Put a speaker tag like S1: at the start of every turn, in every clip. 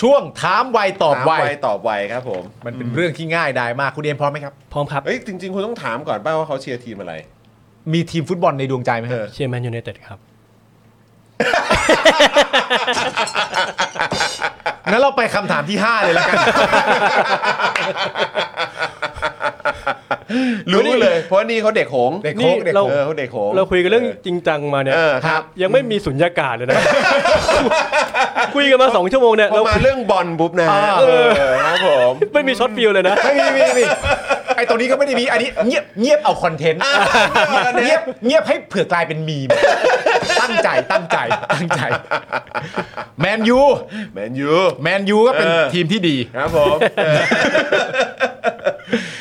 S1: ช่วงถามไวตอบไว
S2: ถามตอบไวครับผม
S1: มันเป็นเรื่องที่ง่ายดายมาก คุณเอ็มพร้อมไหมครับ
S3: พร้อมครับ
S2: เอ้ยจริง ๆ คุณต้องถามก่อนป่าว่าเขาเชียร์ทีมอะไร
S1: มีทีมฟุตบอลในดวงใจไหมฮะ
S2: เออ
S3: เชียร์แมนยูไนเต็ดครับ
S1: งั้นเราไปคำถามที่ 5 เลยแล้วกัน
S2: รู้เลย เพราะนี่เขาเด็กหงส์
S1: เด็ก
S3: นี่
S1: โคกเด็ก
S3: เรา
S1: โค้ก
S2: เออเขาเด็กหงส์
S3: เราคุยกันเรื่องจริงจังมาเนี่ย
S2: เออครับ
S3: ยังไม่มีสุญญากาศเลยนะ คุยกันมาสองชั่วโมงเนี่ย
S2: พอ
S3: เรา
S2: มาเรื่องบอลปุ๊บนะฮะเออครับผม
S3: ไม่มีช็อตฟิลเลยนะ
S1: ไม่มีไม่มีไอตรงนี้ก็ไม่ได้มี อันนี้เงียบเงียบเอาคอนเทนต์ เงียบเงียบให้เผื่อกลายเป็นมีม ตั้งใจตั้งใจตั้งใจ แมนยู
S2: แมนยู
S1: แมนยูก็เป็น
S2: เออ
S1: ทีมที่ดี
S2: ครับผม เออ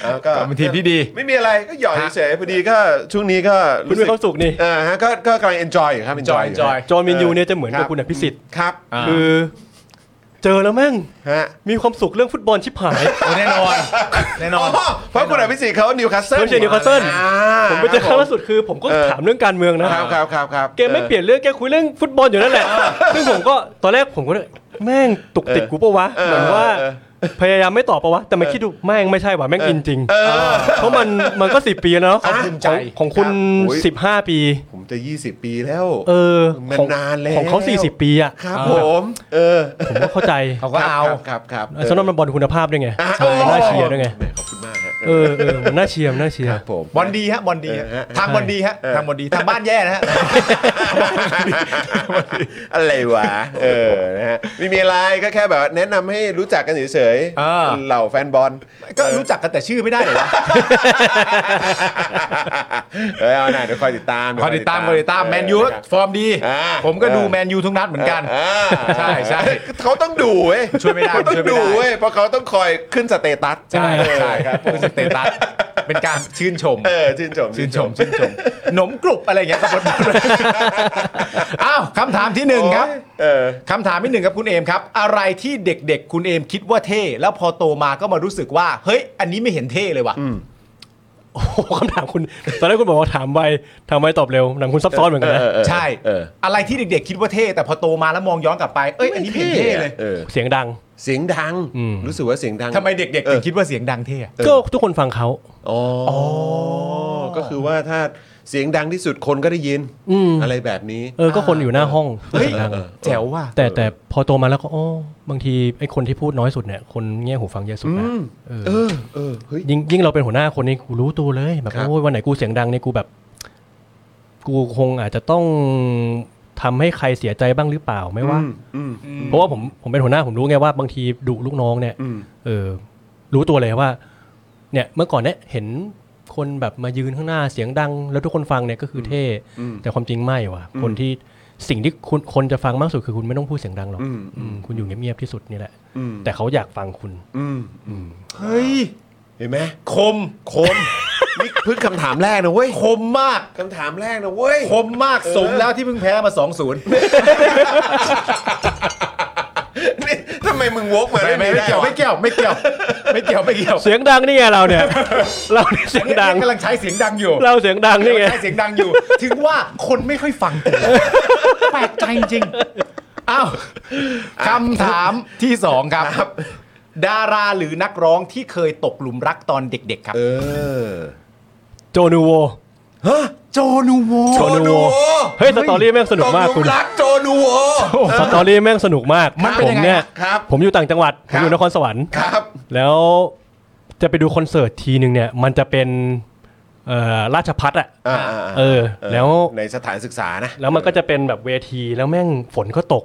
S2: เอาก็
S1: เป็นทีมที่ดี
S2: ไม่มีอะไรก็หยอกเฉยๆพอดีก็ช่วงนี้ก็
S3: คุณมีความสุขนี่
S2: อ่าฮะก็ก็กำลัง enjoy อยู่ครับ enjoy อยู่
S1: enjoy
S3: จอห์นวินยูเนี่ยจะเหมือน
S2: ครั
S3: กับบ คุณอภิสิทธิ์
S2: ครับ
S1: อ่า
S3: คือ เจอแล้วแม่ง
S2: ฮะ
S3: มีความสุขเรื่องฟุตบอลชิบหาย
S1: โอ้แน่นอน แน่น
S2: อ๋
S1: อ
S2: อน เพราะคุณอภิสิทธิ์เขานิวคาสเซิล
S3: เขาเชียร์นิวคาสเซิล
S2: อ่า
S3: ผมไปเจอค
S2: ค
S3: รั้
S2: รับผม
S3: งล่าสุดคือผมก็
S2: เออ
S3: ถามเรื่องการเมืองนะครับ
S2: ครับครับครับ
S3: แกไม่เปลี่ยนเรื่องแกคุยเรื่องฟุตบอลอยู่นั่นแหละซึ่งผมก็ตอนแรกผมก็เลยแม่งตุกติดกูปะวะ
S2: เออ
S3: เหมือนว่า
S2: เออ
S3: พยายามไม่ตอบปะวะแต่มาคิดดูแม่งไม่ใช่ว่ะแม่งอินจริง
S2: เออ
S3: เพราะมันมันก็สิปีแล้วเนอะ
S1: ความภูมิใจ
S3: ของของคุณ
S2: ครับโอ้ย
S3: 15 ปี
S2: ผมจะ 20 ปีแล้ว
S3: เออ
S2: มัน
S3: ของ
S2: นานแล้ว
S3: ของเขา 40 ปีอ่ะ
S2: ครับผมเออ
S3: ผมก็เข้าใจ
S1: เขาก็เอา
S2: ครับครับครับ
S3: อาร์เซนอลมันบอลคุณภาพด้วยไง
S2: ะ
S3: ใช่น่าเชียร์ด้วยไง
S2: แหมขอบคุณมากฮะ
S3: เออเออมันน่าเชียร์มันน่าเชีย
S2: ค
S3: ร์
S2: รับผม
S1: บอลดีฮะบอลดีฮะ
S2: เออฮะ
S1: ทางบอลดีฮะทางบอลดีทางบ้านแย่นะฮะ
S2: อะไรวะเออนะฮะไม่มีอะไรก็แค่แบบแนะนำให้รู้จักกันเฉย
S1: อ่า
S2: เหล่าแฟนบอล
S1: ก็รู้จักกันแต่ชื่อไม่ได้เหรอวะ
S2: เออเอาหน่าเดี๋ยวคอยติดตาม
S1: คอยติดตามคอยติดตามแมนยู
S2: นะครับ
S1: ฟอร์มดี
S2: อ่า
S1: ผมก็ดูแมนยูทุกนัดเหมือนกัน
S2: อ่า
S1: ใช่ใช่
S2: เขาต้องดูเว้ย
S1: ช่วยไม่ได้
S2: เขาต้อ
S1: ช่วย
S2: ง
S1: ไม่
S2: ดู
S1: ได้
S2: เว้ยเพราะเขาต้องคอยขึ้นสเตตัส
S1: ใช่ใช่
S2: เออครับผม
S1: คือสเตตัสเป็นการชื่นชม
S2: เออชื่นชม
S1: ชื่นชมชื่นชมหนมกรุบอะไรอย่างเงี้ยส มมติอ้าวคำถามที่หนึ่งครับ
S2: โอ้ยเออ
S1: คำถามที่หนึ่งครับคุณเอมครับ อะไรที่เด็กๆ คุณเอมคิดว่าเท่ แล้วพอโตมาก็มารู้สึกว่า เฮ้ย อันนี้ไม่เห็นเท่เลยว่ะ
S3: โอ้โหคำถามคุณ ตอนแรกคุณบอกว่าถามไวถามไวตอบเร็วหนังคุณซับซ้อนเหมือนกันนะ
S2: เออเออ
S1: ใช่
S2: เอ
S1: อะไรที่เด็กๆ คิดว่าเท่ แต่พอโตมาแล้วมองย้อนกลับไป เอ้ย อันนี้ไม่เห็นเท่เลย
S2: ออ
S3: เสียงดัง
S2: เสียงดัง
S3: อืม
S2: รู้สึกว่าเสียงดัง
S1: ทำไมเด็กๆ ถึงคิดว่าเสียงดังเท่อะ
S3: ก็ทุกคนฟังเขา
S2: อ๋ออก็คือว่าถ้าเสียงดังที่สุดคนก็ได้ยินอะไรแบบนี้
S3: เออก็คนอยู่หน้าห้อง
S1: เฮ้ย
S3: เสียงดัง
S1: แจ๋วว่ะ
S3: แต่แต่พอโตมาแล้วก็อ๋อบางทีไอ้คนที่พูดน้อยสุดเนี่ยคนเงี้ยหูฟังเยอะสุดนะเออ
S2: เออเออเฮ้ย
S3: ยิ่งยิ่งเราเป็นหัวหน้าคนนี้กูรู้ตัวเลยแบบ
S2: ครับ
S3: โอ้ยวันไหนกูเสียงดังเนี่ยกูแบบ กูคงอาจจะต้องทำให้ใครเสียใจบ้างหรือเปล่าไหม่ว่า
S2: อืม
S3: เพราะว่าผมผมเป็นหัวหน้าผมรู้ไงว่าบางทีดุลูกน้องเนี่ย
S2: อืม
S3: เออ รู้ตัวเลยว่า เนี่ยเมื่อก่อนเนี่ยเห็นคนแบบมายืนข้างหน้าเสียงดัง แล้วทุกคนฟังเนี่ยก็คือเท่แต่ความจริงไม่ว่ะคนที่สิ่งที่คุณคนจะฟังมากสุดคือคุณไม่ต้องพูดเสียงดังหรอกอืมคุณอยู่เงียบๆที่สุดนี่แหละ แต่เขาอยากฟังคุณ
S2: อืม
S1: เฮ้ย
S2: เห็นไหม
S1: คม คม
S2: นี่เพึ่งคำถามแรกนะเว้ย
S1: คมมาก
S2: คำถามแรกนะเว้ย
S1: คมมากสมแล้วที่เพิ่งแพ้มา 2 0
S2: นี่ทำไมมึงวกมา
S1: ไม่ไม่ไม่เกี่ยวไม่เกี่ยวไม่เกี่ยวไม่เกี่ยวไม่เกี่ยว
S3: เสียงดังนี่ไงเราเนี่ย เราเนี่ยเสียงดัง
S1: กำลังใช้เสียงดังอยู่
S3: เราเสียงดังนี่ไง
S1: ใช้เสียงดังอยู่ ถึงว่าคนไม่ค่อยฟังตัวแปลกใจจริงอ้าวคำถามที่สองครับ ดาราหรือนักร้องที่เคยตกหลุมรักตอนเด็ก ๆ ครับ
S2: เออ
S3: โจนูโว
S2: ฮะ
S1: โจนูโว
S3: โจนูโวเฮ้ยสตอรี่แม่งสนุกมาก
S2: ตหลุ
S3: คุณ
S2: รักโจนูโว
S3: สตอรี่แม่งสนุกมาก
S1: มันเป็น
S3: ผม
S1: ยังไง
S3: เนี่ย
S2: ครับ
S3: ผมอยู่ต่างจังหวัดผ
S2: ครับ
S3: มอยู่นครสวรรค์
S2: ครับ
S3: แล้วจะไปดูคอนเสิร์ตทีหนึ่งเนี่ย มันจะเป็นเอ่อราชพัฒอะ
S2: อ่าๆๆ
S3: เออ แล้ว
S2: ในสถานศึกษานะ
S3: แล้วมันก็จะเป็นแบบเวทีแล้วแม่งฝนก็ตก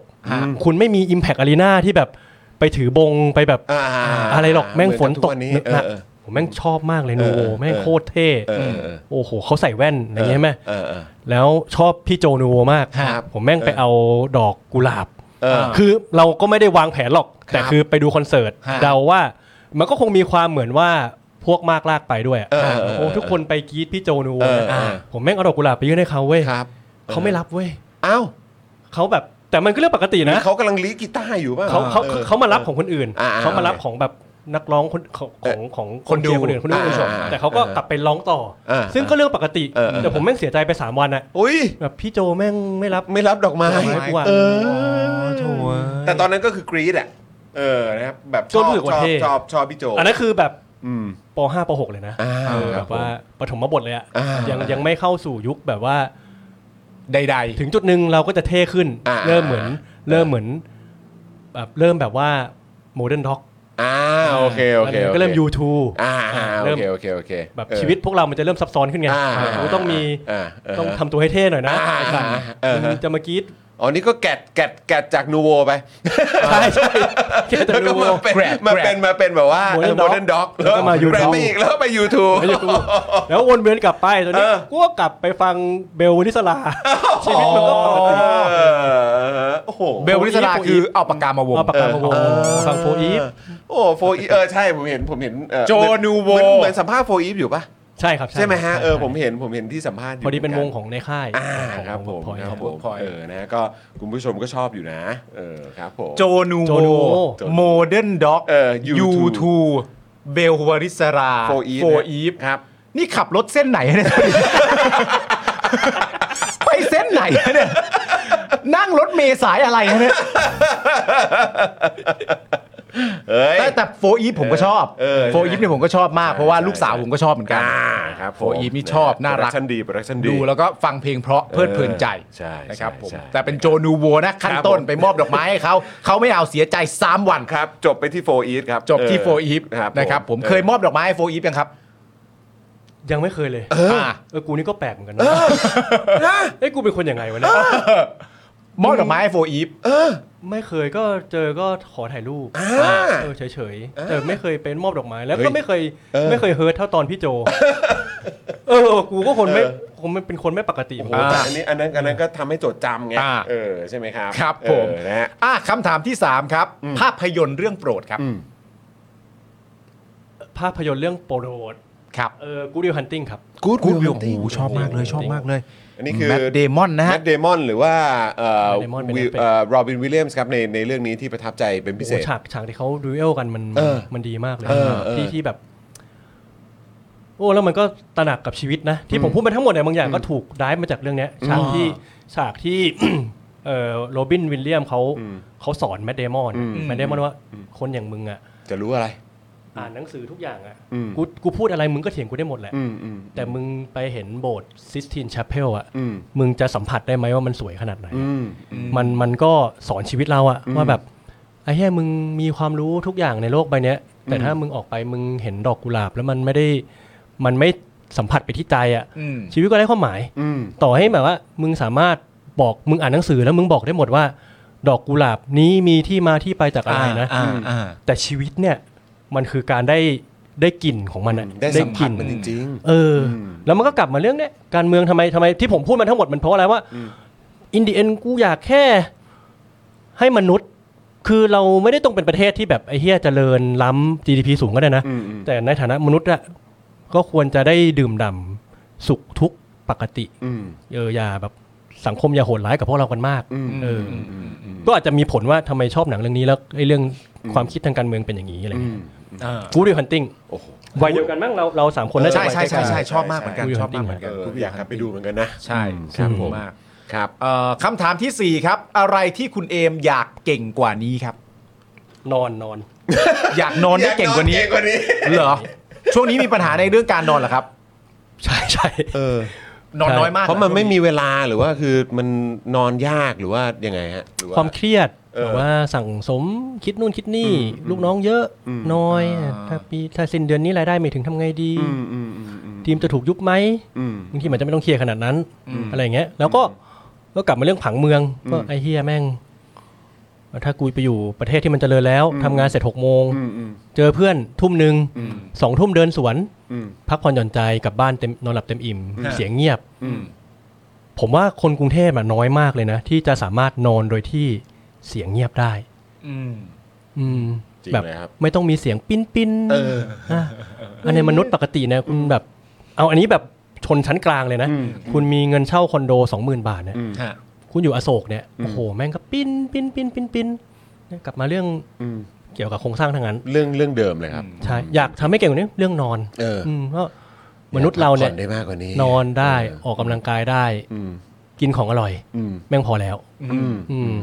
S3: คุณไม่มี Impact Arena ที่แบบไปถือบงไปแบบ
S2: อ่าๆ
S3: อะไรหรอกแม่งฝนตก
S2: เหมือนกับทุกวันนี้
S3: หนัก
S2: เออ
S3: ๆผมแม่งชอบมากเลยนูโว
S2: เออ
S3: แม่ง
S2: เออ
S3: โคตรเท่
S2: เออเออ
S3: โอ้โหเขาใส่แว่นอะไรอย่างเงี้ยใช่ไหม
S2: เออเออ
S3: แล้วชอบพี่โจนูโวมาก
S2: ครับ
S3: ผมแม่งไปเอาดอกกุหลาบ
S2: เออ
S3: คือเราก็ไม่ได้วางแผนหรอก แต่
S2: ครับ
S3: คือไปดูคอนเสิร์ต
S1: ฮะ
S3: เดาว่ามันก็คงมีความเหมือนว่าพวกมากลากไปด้วยอะ
S2: เออเออเออ
S3: โอ้ทุกคนไปกรีดพี่โจนู
S2: เออเออ
S3: นะผมแม่งเอาดอกกุหลาบไปยื่นให้เขาเว้ย
S2: ครับ
S3: เขาไม่รับเว้ย
S2: อ้าว
S3: เขาแบบแต่มันก็เรื่องปกตินะ
S2: เขากำลังลีดกีตาร์อยู่ป่ะ
S3: เขาเขาเขาเขามารับของคนอื่น
S2: อ่าอ่า
S3: เขามารับของแบบนักร้องคนของของของ
S1: คนดู
S3: เชียร์คนอื่นคนดูคนชม
S2: อ่าอ่า
S3: แต่เขาก็กลับไปร้องต่ออา ซึ่งก็เรื่องปกติ
S2: เออเออ
S3: แต่ผมแม่งเสียใจไปสามวันอะ
S2: อุ้ย
S3: แบบพี่โจแม่งไม่รับ
S2: ไม่รับดอกไม้
S3: ไม่ให้กูอะ
S2: เออ
S3: โถ่เว้ย
S2: แต่ตอนนั้นก็คือกรีดอ่ะ เออนะครับแบบช
S3: ก็
S2: อบ
S3: รู้สึก
S2: ช
S3: ว่า
S2: อบ
S3: เท่
S2: ชอบชอบพี่โจ
S3: อันนั้นคือแบบ
S2: อืม
S3: ป .5 ป .6 เลยนะ
S2: อ่า
S3: เออ
S2: ค
S3: แบ
S2: รับบ
S3: ว่าปฐมบทเลยอะ
S2: อ่ายั
S3: ยังยังไม่เข้าสู่ยุคแบบว่า
S1: ใด
S3: ถึงจุดหนึ่งเราก็จะเท่ขึ้น
S2: อ่า
S3: เริ่มเหมือนเริ่มเหมือนแบบเริ่มแบบว่าโมเดิร์นท็อก
S2: อ่าโอเคโอเคโอค
S3: ก็เริ่ม YouTube
S2: อ่าอ่าโอ
S3: เริ่ม
S2: เคโอเคโอเค
S3: แบบ
S2: เออ
S3: ชีวิตพวกเรามันจะเริ่มซับซ้อนขึ้นไง
S2: อ่า
S3: เราต้องมี
S2: อ่าา
S3: ต้องทำตัวให้เท่หน่อยนะ
S2: อ่า
S3: ไอ้สัตว์
S2: เออฮะ
S3: มันจะมากรีด
S2: อ๋อนี่ก็แกดแกดแกดจากนูโวไป
S3: ใช่ ใช่แค่จะ
S2: แล้วก็
S3: รู้
S2: มาเป็น
S1: Grab
S2: มาเป็นมาเป็นแบบว่า
S3: Modern
S2: โมเดิร์นด็อก
S3: Dog แล้วก็มา YouTube
S2: ไปอีกแล้วไปยูทูบ
S3: แล้วกูแล้ววนเวียนกลับไปตอนนี้
S2: เออ
S3: กูก็กลับไปฟังเบลวนิสลาชีวิตมันก็ปกติ
S2: เออโอ้โห
S1: ๆ เบลลิสราคือเอาปากกามาวง
S3: เอาปากกามาวงฟังโฟอีฟ
S2: โอ้โฟ อีเออใช่ผมเห็นผมเห็นเอ่อ
S1: โจ
S2: เหมือ
S1: นูโว
S2: เหมือนเหมือนสัมภาษณ์โฟอีฟอยู่ปะ
S3: ใช่ครับ
S2: ใช่ไหมฮะ
S3: ใช่
S2: เออผมเห็นผมเห็นที่สัมภาษณ์ยู่
S3: พอดีเป็นว
S2: ห
S3: ง
S2: มื
S3: ของในค่าย
S2: อ่า
S3: ของ
S2: ครับ
S3: วง
S2: ผม
S3: พอย
S2: ครับผ
S1: ข
S2: ม
S1: องพลอย
S2: เออนะก็คุณผู้ชมก็ชอบอยู่นะ เออครับผม
S1: โจนู
S3: โจ
S1: โว
S3: นูโว
S1: โมเดิร์นด็อก
S2: เออ U2
S1: ยูทูเบลวริสรา
S2: โฟอีฟ
S1: โฟ
S2: นะ
S1: อีฟ
S2: ครับ
S1: นี่ขับรถเส้นไหน เนี่ย ไปเส้นไหนเนี่ยนั่งรถเมล์สายอะไรเนี่ย
S2: เอ้ย
S1: แต่แต่โฟอีฟผมก็ชอบ
S2: เออใช่ไหม
S1: โฟอีฟเนี่ยผมก็ชอบมาก
S2: ใช่
S1: เพราะว่า
S2: ใช่
S1: ลูกสาวผมก็ชอบเหมือนกัน
S2: อ่าครับ
S1: โฟอีฟนี่ชอบน่ารัก
S2: ชั้นดีโปรดักชันดี
S1: ดูแล้วก็ฟังเพลงเพราะเพลิดเพลินใจ
S2: ใช่
S1: นะครับผม
S2: ใช่ใช่
S1: แต่เป็นโจนูโวนะขั้น
S2: ครับ
S1: ต้น
S2: ผม
S1: ไปมอบดอกไม้ให้เขาเขาไม่เอาเสียใจสามวัน
S2: ครับ จบไปที่โฟอีฟครับ
S1: จบที่
S2: เ
S1: โฟอีฟนะครับผม
S2: ออ
S1: เคยมอบดอกไม้ให้โฟอีฟยังครับ
S3: ยังไม่เคยเลย
S1: อ
S3: เออกูนี่ก็แปลกเหมือนกันนะเอ้ยกูเป็นคนยังไงวะเนี่ย
S1: มอบดอกไม้ให้โฟอีฟ
S3: ไม่เคยก็เจอก็ขอถ่ายรูป
S2: อ่า
S3: เออเฉยๆแต่ไม่เคยเป็นมอบดอกไม้แล้ว
S2: เฮ้
S3: ก็
S2: ย
S3: ไม่เคย
S2: เออ
S3: ไม่เคยเฮิร์ตเท่าตอนพี่โจ เออกูก็คนไม่ผมเป็นคนไม่ปกติ
S2: โอ้โห
S3: ผม
S2: แต่อันนี้อันนั้นอันนั้นก็ทำให้จดจำไง
S1: อ่า
S2: เออใช่ไหมครับ
S1: ครับผม
S2: เออนะฮะ
S1: อ่ะคำถามที่ 3 ครับ ภาพยนตร์เรื่องโปรดครับ
S2: อืม
S3: ภาพยนตร์เรื่องโปรโดด
S1: ครับ
S3: เออกูดิวฮันติงครับ
S2: Good
S1: กูวิว
S2: Will
S1: โอ้โห
S2: Hunting
S1: ชอบมากเลยชอบมากเลย
S2: อันนี้คือ
S1: แมทเดมอนนะ
S2: แม
S1: ฮะ
S2: ทเดมอนหรือว่าเอ่อ
S3: Matt Damon เป็น
S2: Will-
S3: Netflix
S2: เอ่อโรบินวิลเลียมส์ครับในในเรื่องนี้ที่ประทับใจเป็นพิเศษ
S3: โอ้โหฉากฉากที่เขาดูเอลกันมัน
S2: เออ
S3: มันดีมากเลย
S2: เออเออ
S3: ที่ที่แบบ โอ้แล้วมันก็ตระหนักกับชีวิตนะ ที่ผมพูดไปทั้งหมดเนี่ยบางอย่างก็ถูกได้มาจากเรื่องเนี้ยฉากที่ฉากที่ เออโรบินวิลเลียมเขาเขาสอนแมดเดมอนแมดเดมอนว่าคนอย่างมึงอ่ะ
S2: จะรู้อะไร
S3: อ่านหนังสือทุกอย่างอ่ะ
S2: อืม
S3: กูกูพูดอะไรมึงก็เถียงกูได้หมดแหละ
S2: อืมอืม
S3: แต่มึงไปเห็นโบสถ์ซิสตินชาเพลอ่ะ
S2: อืม
S3: มึงจะสัมผัสได้ไหมว่ามันสวยขนาดไหน
S2: อืม
S3: มันมันก็สอนชีวิตเราอะว่าแบบไอ้เหี้ยมึงมีความรู้ทุกอย่างในโลกใบเนี้ย แต่ถ้ามึงออกไปมึงเห็นดอกกุหลาบ แล้วมันไม่ได้มันไม่สัมผัสไปที่ใจอะ
S1: อืม
S3: ชีวิตก็ไร้ความหมาย
S2: อืม
S3: ต่อให้แบบว่า มึงสามารถบอกมึงอ่านหนังสือแล้วมึงบอกได้หมดว่า ดอกกุหลาบนี้มีที่มาที่ไปจากอะไรนะ
S1: อ่าอ่า
S3: แต่ชีวิตเนี่ยมันคือการได้ได้กลิ่นของมันอะ
S2: ได้สัม
S3: ก
S2: ผัส
S3: ลิ่น
S2: มันจริง
S3: เอออแล้วมันก็กลับมาเรื่องเนี้ยการเมืองทำไมทำไมที่ผมพูดมาทั้งหมดมันเพราะอะไรว่าอินเดียนกูอยากแค่ให้มนุษย์ คือเราไม่ได้ต้องเป็นประเทศที่แบบไอ้เฮียเจริญล้ำ GDP สูงก็ได้นะ
S2: อืมอืม
S3: แต่ในฐานะมนุษย์อะก็ควรจะได้ดื่มด่ำสุขทุกข์ปกติ
S2: ๆ อืม
S3: เอออย่าแบบสังคมอย่าโหดร้ายกับพวกเรากันมาก
S2: อืม
S3: เอออก็อาจจะมีผลว่าทำไมชอบหนังเรื่องนี้แล้วไอ้เรื่องความคิดทางการเมืองเป็นอย่างนี้อะไรเงี้ยกูดิฮันติง
S2: โอ้โห
S3: วัยเดียวกันมั้งเราเราสามคนน่าจะ
S1: ใช่ใช่ใช่
S3: วัยใกล้ๆ
S1: ใช่ชอบมากเหมือนกันชอบมากเหมือน
S2: เอ
S1: กัน
S2: ออยากกลับไปดูเหมือนกันนะ
S1: ใช่
S2: ครับ
S1: ชอ
S2: ผม
S1: มาก
S2: ครับ
S1: เอ่อคำถามทีสี่4 ครับ อะไรที่คุณเอมอยากเก่งกว่านี้ครับ
S3: นอนนอน
S1: อยากนอนได้เก่งกว่านี้
S2: อยเก่งกว่านี้
S1: เหรอ ช่วงนี้มีปัญหาในเรื่องการนอนเหรอครับ
S3: ใช่ใช่
S2: เออ
S1: นอนน้อยมาก
S2: เพราะมันไม่มีเวลาหรือว่าคือมันนอนยากหรือว่ายังไงฮะหรือ
S3: ความเครียด
S2: เออ
S3: แบบว่าสั่งสมคิดนู่นคิดนี่ ลูกน้องเยอะน้อยถ้าปีถ้าสิ้นเดือนนี้รายได้ไม่ถึงทำไงดี
S2: อืมอืมอืมอืม
S3: ทีมจะถูกยุบไหม
S2: อืม
S3: บางทีมันจะไม่ต้องเคลียร์ขนาดนั้น อะไรอย่างเงี้ย แล้วก็ก็กลับมาเรื่องผังเมืองก็ไอ้เฮียแม่ง ถ้ากูไปอยู่ประเทศที่มันเจริญแล้วทำงานเสร็จหกโมง
S2: อืมอืม
S3: เจอเพื่อนทุ่มหนึ่งสองทุ่มเดินสวน
S2: อืม
S3: พักผ่อนหย่อนใจกลับบ้านเต็มนอนหลับเต็มอิ่ม เสียงเงียบ
S2: อืม
S3: ผมว่าคนกรุงเทพอะน้อยมากเลยนะ ที่จะสามารถนอนโดยที่เสียงเงียบได้
S1: อืม
S3: อืม
S2: จริง
S3: แบบ
S2: เลยครับ
S3: ไม่ต้องมีเสียงปิ้นปิ้น
S2: เออ
S3: ะอันในมนุษย์ปกตินะคุณแบบ เอาอันนี้แบบชนชั้นกลางเลยนะ
S2: อืม
S3: คุณมีเงินเช่าคอนโด 20,000 บาทเนี่ย
S1: ฮะ
S3: คุณอยู่อโศกเนี่ยโอ้โหแม่งก็ปิ้นปิ้นปิ้นปิ้นปิ้นเนี่ยกลับมาเรื่อง
S2: อืม
S3: เกี่ยวกับโครงสร้างทางนั้น
S2: เรื่องเรื่องเดิมเลยครับ
S3: ใช่อยากทำให้เก่งกว่านี้เรื่องนอน
S2: เอออื
S3: มเพราะมนุษย์เราเนี่ย
S2: พักผ่อได้มากกว่านี้
S3: นอนได้ออกกำลังกายได้
S2: อืม
S3: กินของอร่อย
S2: อืม
S3: แม่งพอแล้ว
S2: อืม
S3: อืม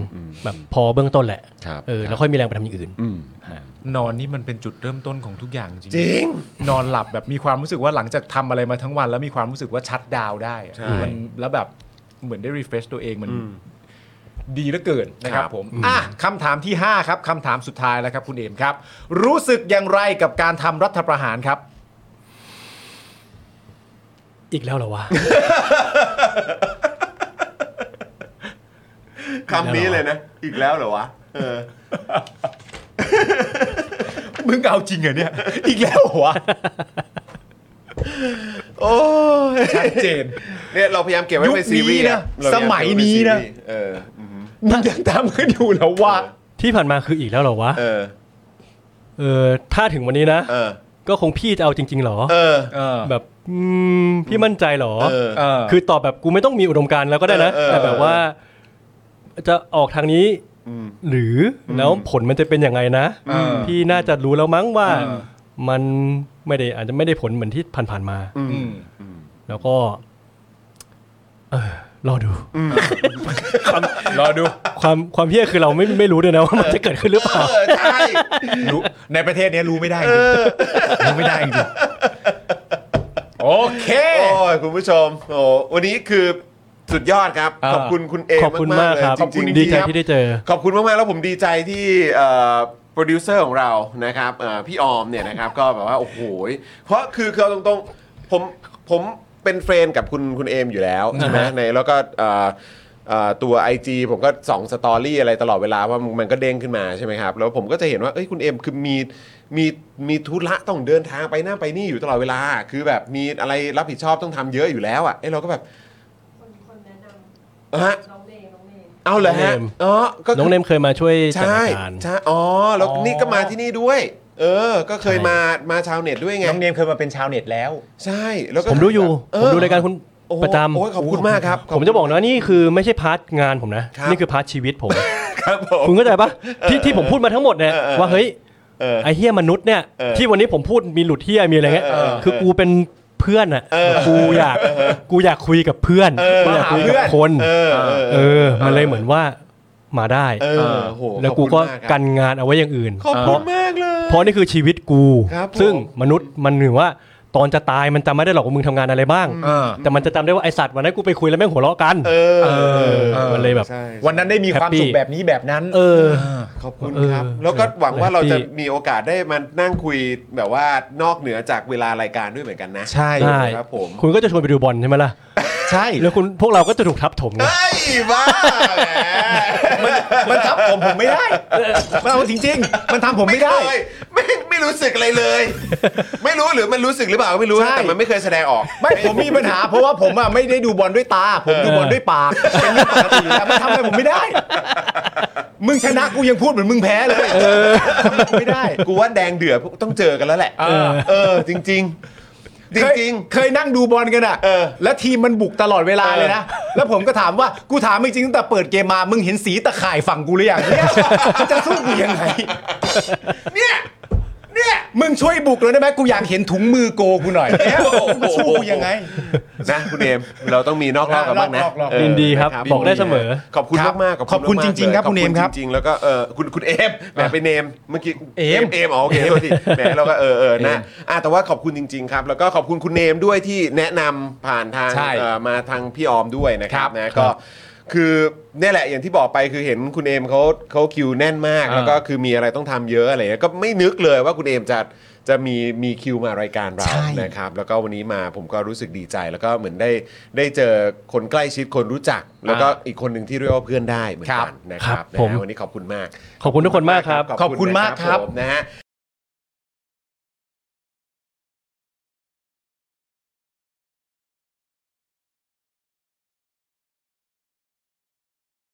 S3: แบบพอเบื้องต้นแหละ
S2: ครับ
S3: เออแล้วค่อยมีแรงไปทำอย่างอื่น
S2: อืม
S1: นอนนี่มันเป็นจุดเริ่มต้นของทุกอย่างจริง
S2: จริง
S1: นอนหลับแบบมีความรู้สึกว่าหลังจากทำอะไรมาทั้งวัน แล้วมีความรู้สึกว่าชัดดาวน์ได้อะ
S2: ใช่
S1: มันแล้วแบบเหมือนได้รีเฟรชตัวเองมันดีเหลือเกินนะครั
S2: ครับ บ
S1: ผมอ่ะคำถามที่ 5 ครับคำถามสุดท้ายแล้วครับคุณเอมครับ รู้สึกอย่างไรกับการทำรัฐประหารครับ
S3: อีกแล้วเหรอวะ
S2: คำนี้เลยนะ อีกแล้วเหรอวะเออ
S1: มึงเอาจริงเหรอเนี่ย อีกแล้วเหรอวะ
S2: โอ้ย
S1: ชัดเจน
S2: เนี่ยเราพยายามเก็บไว้
S1: ยุค
S2: เป็นซีรีส์
S1: นี้นะ
S2: เราพาา
S1: สมัยนี้นะ
S2: เก็บไว้เป็ซีรีส์เอออืม
S1: มึงยังทำกันอยู่แล้ววะ
S3: ที่ผ่านมาคืออีกแล้วเหรอวะ
S2: เออ
S3: เออถ้าถึงวันนี้นะ
S2: เออ
S3: ก็คงพี่จะเอาจริง ๆ เหรอ
S2: เออ
S3: แบบอืมพี่มั่นใจเหรอ
S2: เออ
S1: เออ
S3: คือตอบแบบกูไม่ต้องมีอุดมการณ์แล้วก็ได้นะ
S2: เออเออ
S3: แต่แบบว่า จะออกทางนี้
S2: ม
S3: หรืออแล้วผลมันจะเป็นยังไงนะ
S1: เออ
S3: พี่น่าจะรู้แล้วมั้งว่า
S1: เออ
S3: มันไม่ได้อาจจะไม่ได้ผลเหมือนที่ผ่านๆมา
S1: อืม
S3: แล้วก็เออรอดู
S1: รอดู
S3: ความความเพี้ยคือเราไม่ไม่รู้ด้วยนะว่ามันจะเกิดขึ้นหรือเปล่า
S2: เออใช่
S1: รู้ในประเทศเนี้ยรู้ไม่ได้จริงรู้ไม่ได้จริงโอเค
S2: โอ้ยคุณผู้ชมโอ้วันนี้คือสุดยอดครับ
S3: เออ
S2: ขอบคุณคุณเอ
S3: ขอบคุณมาก
S2: เลย
S3: ครับ
S2: จริงๆ
S3: ดีใจ
S2: ครับ
S3: ที่ได้เจอ
S2: ขอบคุณมากๆแล้วผมดีใจที่เอ่อโปรดิวเซอร์ของเรานะครับเอ่อพี่ออมเนี่ยนะครับ ก็แบบว่าโอ้โหเพราะคือคือเอาตรงๆผมผมเป็นเฟรนด์กับคุณคุณเอมอยู่แล้วใช่ไหมในแล้วก็เอ่อเอ่อตัว IG ผมก็ส่องสตอรี่อะไรตลอดเวลาว่ามันก็เด้งขึ้นมาใช่ไหมครับ แล้วผมก็จะเห็นว่าเอ้ยคุณเอมคือมีมีมีธุระต้องเดินทางไปนั่นไปนี่อยู่ตลอดเวลา คือแบบมีอะไรรับผิดชอบต้องทำเยอะอยู่แล้วอ่ะเอ้ยเราก็แบบ
S4: คนคนแนะน
S2: เอ้อฮะ
S4: ำน้องเมย์น้องเมย์
S2: เอาเหรอฮะ
S3: น้องเนม
S2: อ๋อก็คือ
S3: น้องเนมเคยมาช่วยจัด
S2: ใช่
S3: รายการ
S2: ใช่อ๋อ แล้ว
S1: อ๋อ
S2: นี่ก็มาที่นี่ด้วย เออ ก็เคย
S3: ใช่
S2: มา มาชาวเน็ตด้วยไง
S1: น้องเนมเคยมาเป็นชาวเน็ตแล้ว
S2: ใช่ แล้วก็
S3: ผมดูอยู่
S2: เอ
S3: ผม
S2: อ
S3: ดูรายการคุณ
S2: โอ้โห
S3: ประจำ
S2: โอ้ยขอบคุณมากครับข
S3: ผมจะบอก
S2: คุณ
S3: นะนี่คือไม่ใช่พาร์ทงานผมนะ
S2: ครับ
S3: นี่คือพาร์ทชีวิตผม
S2: ครับผม
S3: คุณเข้าใจปะที่ที่ผมพูดมาทั้งหมดเนี่ย
S2: เออเออ
S3: ว่าเฮ้ย
S2: เออ
S3: ไอ้เฮียมนุษย์เนี่ย
S2: เออ
S3: ที่วันนี้ผมพูดมีหลุดเฮียมีอะไรเงี้ย
S2: เออเออ
S3: คือกูเป็นเพื่อนอ่ะ
S2: เออ
S3: กูอยากกูอยากคุยกับเพื่อน
S2: เออ
S3: กูอยากคุยกับ
S2: หา
S3: คน
S2: เออเออ
S3: เออ มันเลยเหมือนว่ามาได้
S2: เออโอ้โห
S3: แล้วกูก็
S2: ขอบคุณมา
S3: กันงานเอาไว้อย่างอื่น
S2: ขอบคุ
S3: เพราะ
S2: ณมากเลย
S3: เพราะนี่คือชีวิตกู
S2: ครับผม
S3: ซึ่งมนุษย์มันหรือว่าตอนจะตายมันจำไม่ได้หรอกว่ามึงทำงานอะไรบ้าง
S1: เออ
S3: แต่มันจะจำได้ว่าไอสัตว์วันนั้นกูไปคุยแล้วแม่งหัวเราะกัน
S2: เออ
S3: เออมันเลยแบบ
S2: ใช่
S1: วันนั้นได้มีความสุขแบบนี้แบบนั้น
S3: เออ
S2: ขอบคุณ
S3: เออ
S2: ครับ แล้วก็หวังว่า
S3: แฮปปี้
S2: เราจะมีโอกาสได้มานั่งคุยแบบว่านอกเหนือจากเวลารายการด้วยเหมือนกันนะ
S1: ใช่
S3: ได้
S2: ครับผม
S3: คุณก็จะชวนไปดูบอลใช่ไหมล่ะ
S1: ใช่
S3: แล้วคุณพวกเราก็จะถูกทับถมไง
S2: เฮ้ยบ้าแหม
S1: มันมันทับผมผมไม่ได้มันเอาจริงๆ มันทำผมไม่ได้
S2: เคยไม่ไม่รู้สึกอะไรเลย ไม่รู้หรือมันรู้สึกหรือเปล่าก็ไม่รู้นะ
S1: ใช่
S2: แต่มันไม่เคยแสดงออก
S1: ไม่ผมมีปัญหา เพราะว่าผมอ่ะไม่ได้ดูบอลด้วยตา ผมดูบอลด้วยปากเป็นเรื่องปกติอยู่แล้วมันทำอะไรผมไม่ได้ มึงชนะกูยังพูดเหมือนมึงแพ้เลยไม่ได้
S2: กูว่าแดงเดือดต้องเจอกันแล้วแหละ
S1: เออ
S2: เออ จริงจริงๆจ
S1: เคย
S2: ริง
S1: เคยนั่งดูบอลกันอ่ะ
S2: เออ
S1: แล้วทีมมันบุกตลอดเวลา
S2: เออ
S1: เลยนะ แล้วผมก็ถามว่า กูถามจริงๆตั้งแต่เปิดเกมมา มึงเห็นสีตะข่ายฝั่งกูหรือ ยังเนี่ยจะสู้กูยังไง
S2: ๆเนี่ยเนี่ย
S1: มึงช่วยบุกเลยได้ไหมกูอยากเห็นถุงมือโกกูหน่อยเนี่ยมึงสู้กูยังไง
S2: นะคุณเอมเราต้องมีนอกรอบกันบ้างนะ
S1: นอกรอบ
S2: เออ
S3: ยินดีครับ
S2: นะ
S3: บอกได้เสมอ
S2: ขอบคุณ
S1: ครับ
S2: มากๆขอบ
S1: ขอบ
S2: คุณ
S1: คุณ
S2: มากๆ
S1: จริงๆครับ
S2: ลย
S1: คุณเอมครับ
S2: จริงๆแล้วก็เออคุณคุณเอมแหมไปเนมเมื่อกี้
S1: เอม
S2: เอมอ๋อโอเคโทษ ทีแหมเราก็เออเออนะอ่ะแต่ว่าขอบคุณจริง ๆ ครับ แล้วก็ขอบคุณคุณเนมด้วยที่แนะนำผ่านทาง
S1: ใช่
S2: เอ่อมาทางพี่ออมด้วยนะค
S1: ค
S2: รั
S1: รับ บ
S2: นะก็ คือเนี่ยแหละอย่างที่บอกไปคือเห็นคุณเอมเขาเขาคิวแน่นมาก
S1: อ่า
S2: แล้วก็คือมีอะไรต้องทำเยอะอะไรเงี้ยก็ไม่นึกเลยว่าคุณเอมจะจะมีมีคิวมารายการเรา
S1: ใช่
S2: นะครับ แล้วก็วันนี้มาผมก็รู้สึกดีใจ แล้วก็เหมือนได้ได้เจอคนใกล้ชิดคนรู้จัก แล้วก็อีกคนหนึ่งที่เรียกว่าเพื่อนได้เหมือน
S1: ครั
S2: กัน
S1: บ
S2: นะครับ
S3: ครับผม
S2: นะฮะวันนี้ขอบคุณมาก
S3: ขอบคุณทุกคนมากครับ
S1: ขอบคุณมากครับ
S2: ผมนะฮะ